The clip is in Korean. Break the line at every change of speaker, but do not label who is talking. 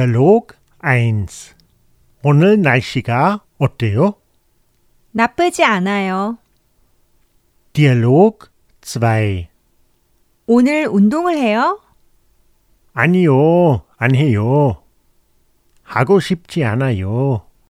Dialog 1 오늘 날씨가 어때요?
나쁘지 않아요.
Dialog 2
오늘 운동을 해요?
아니요, 안 해요. 하고 싶지 않아요.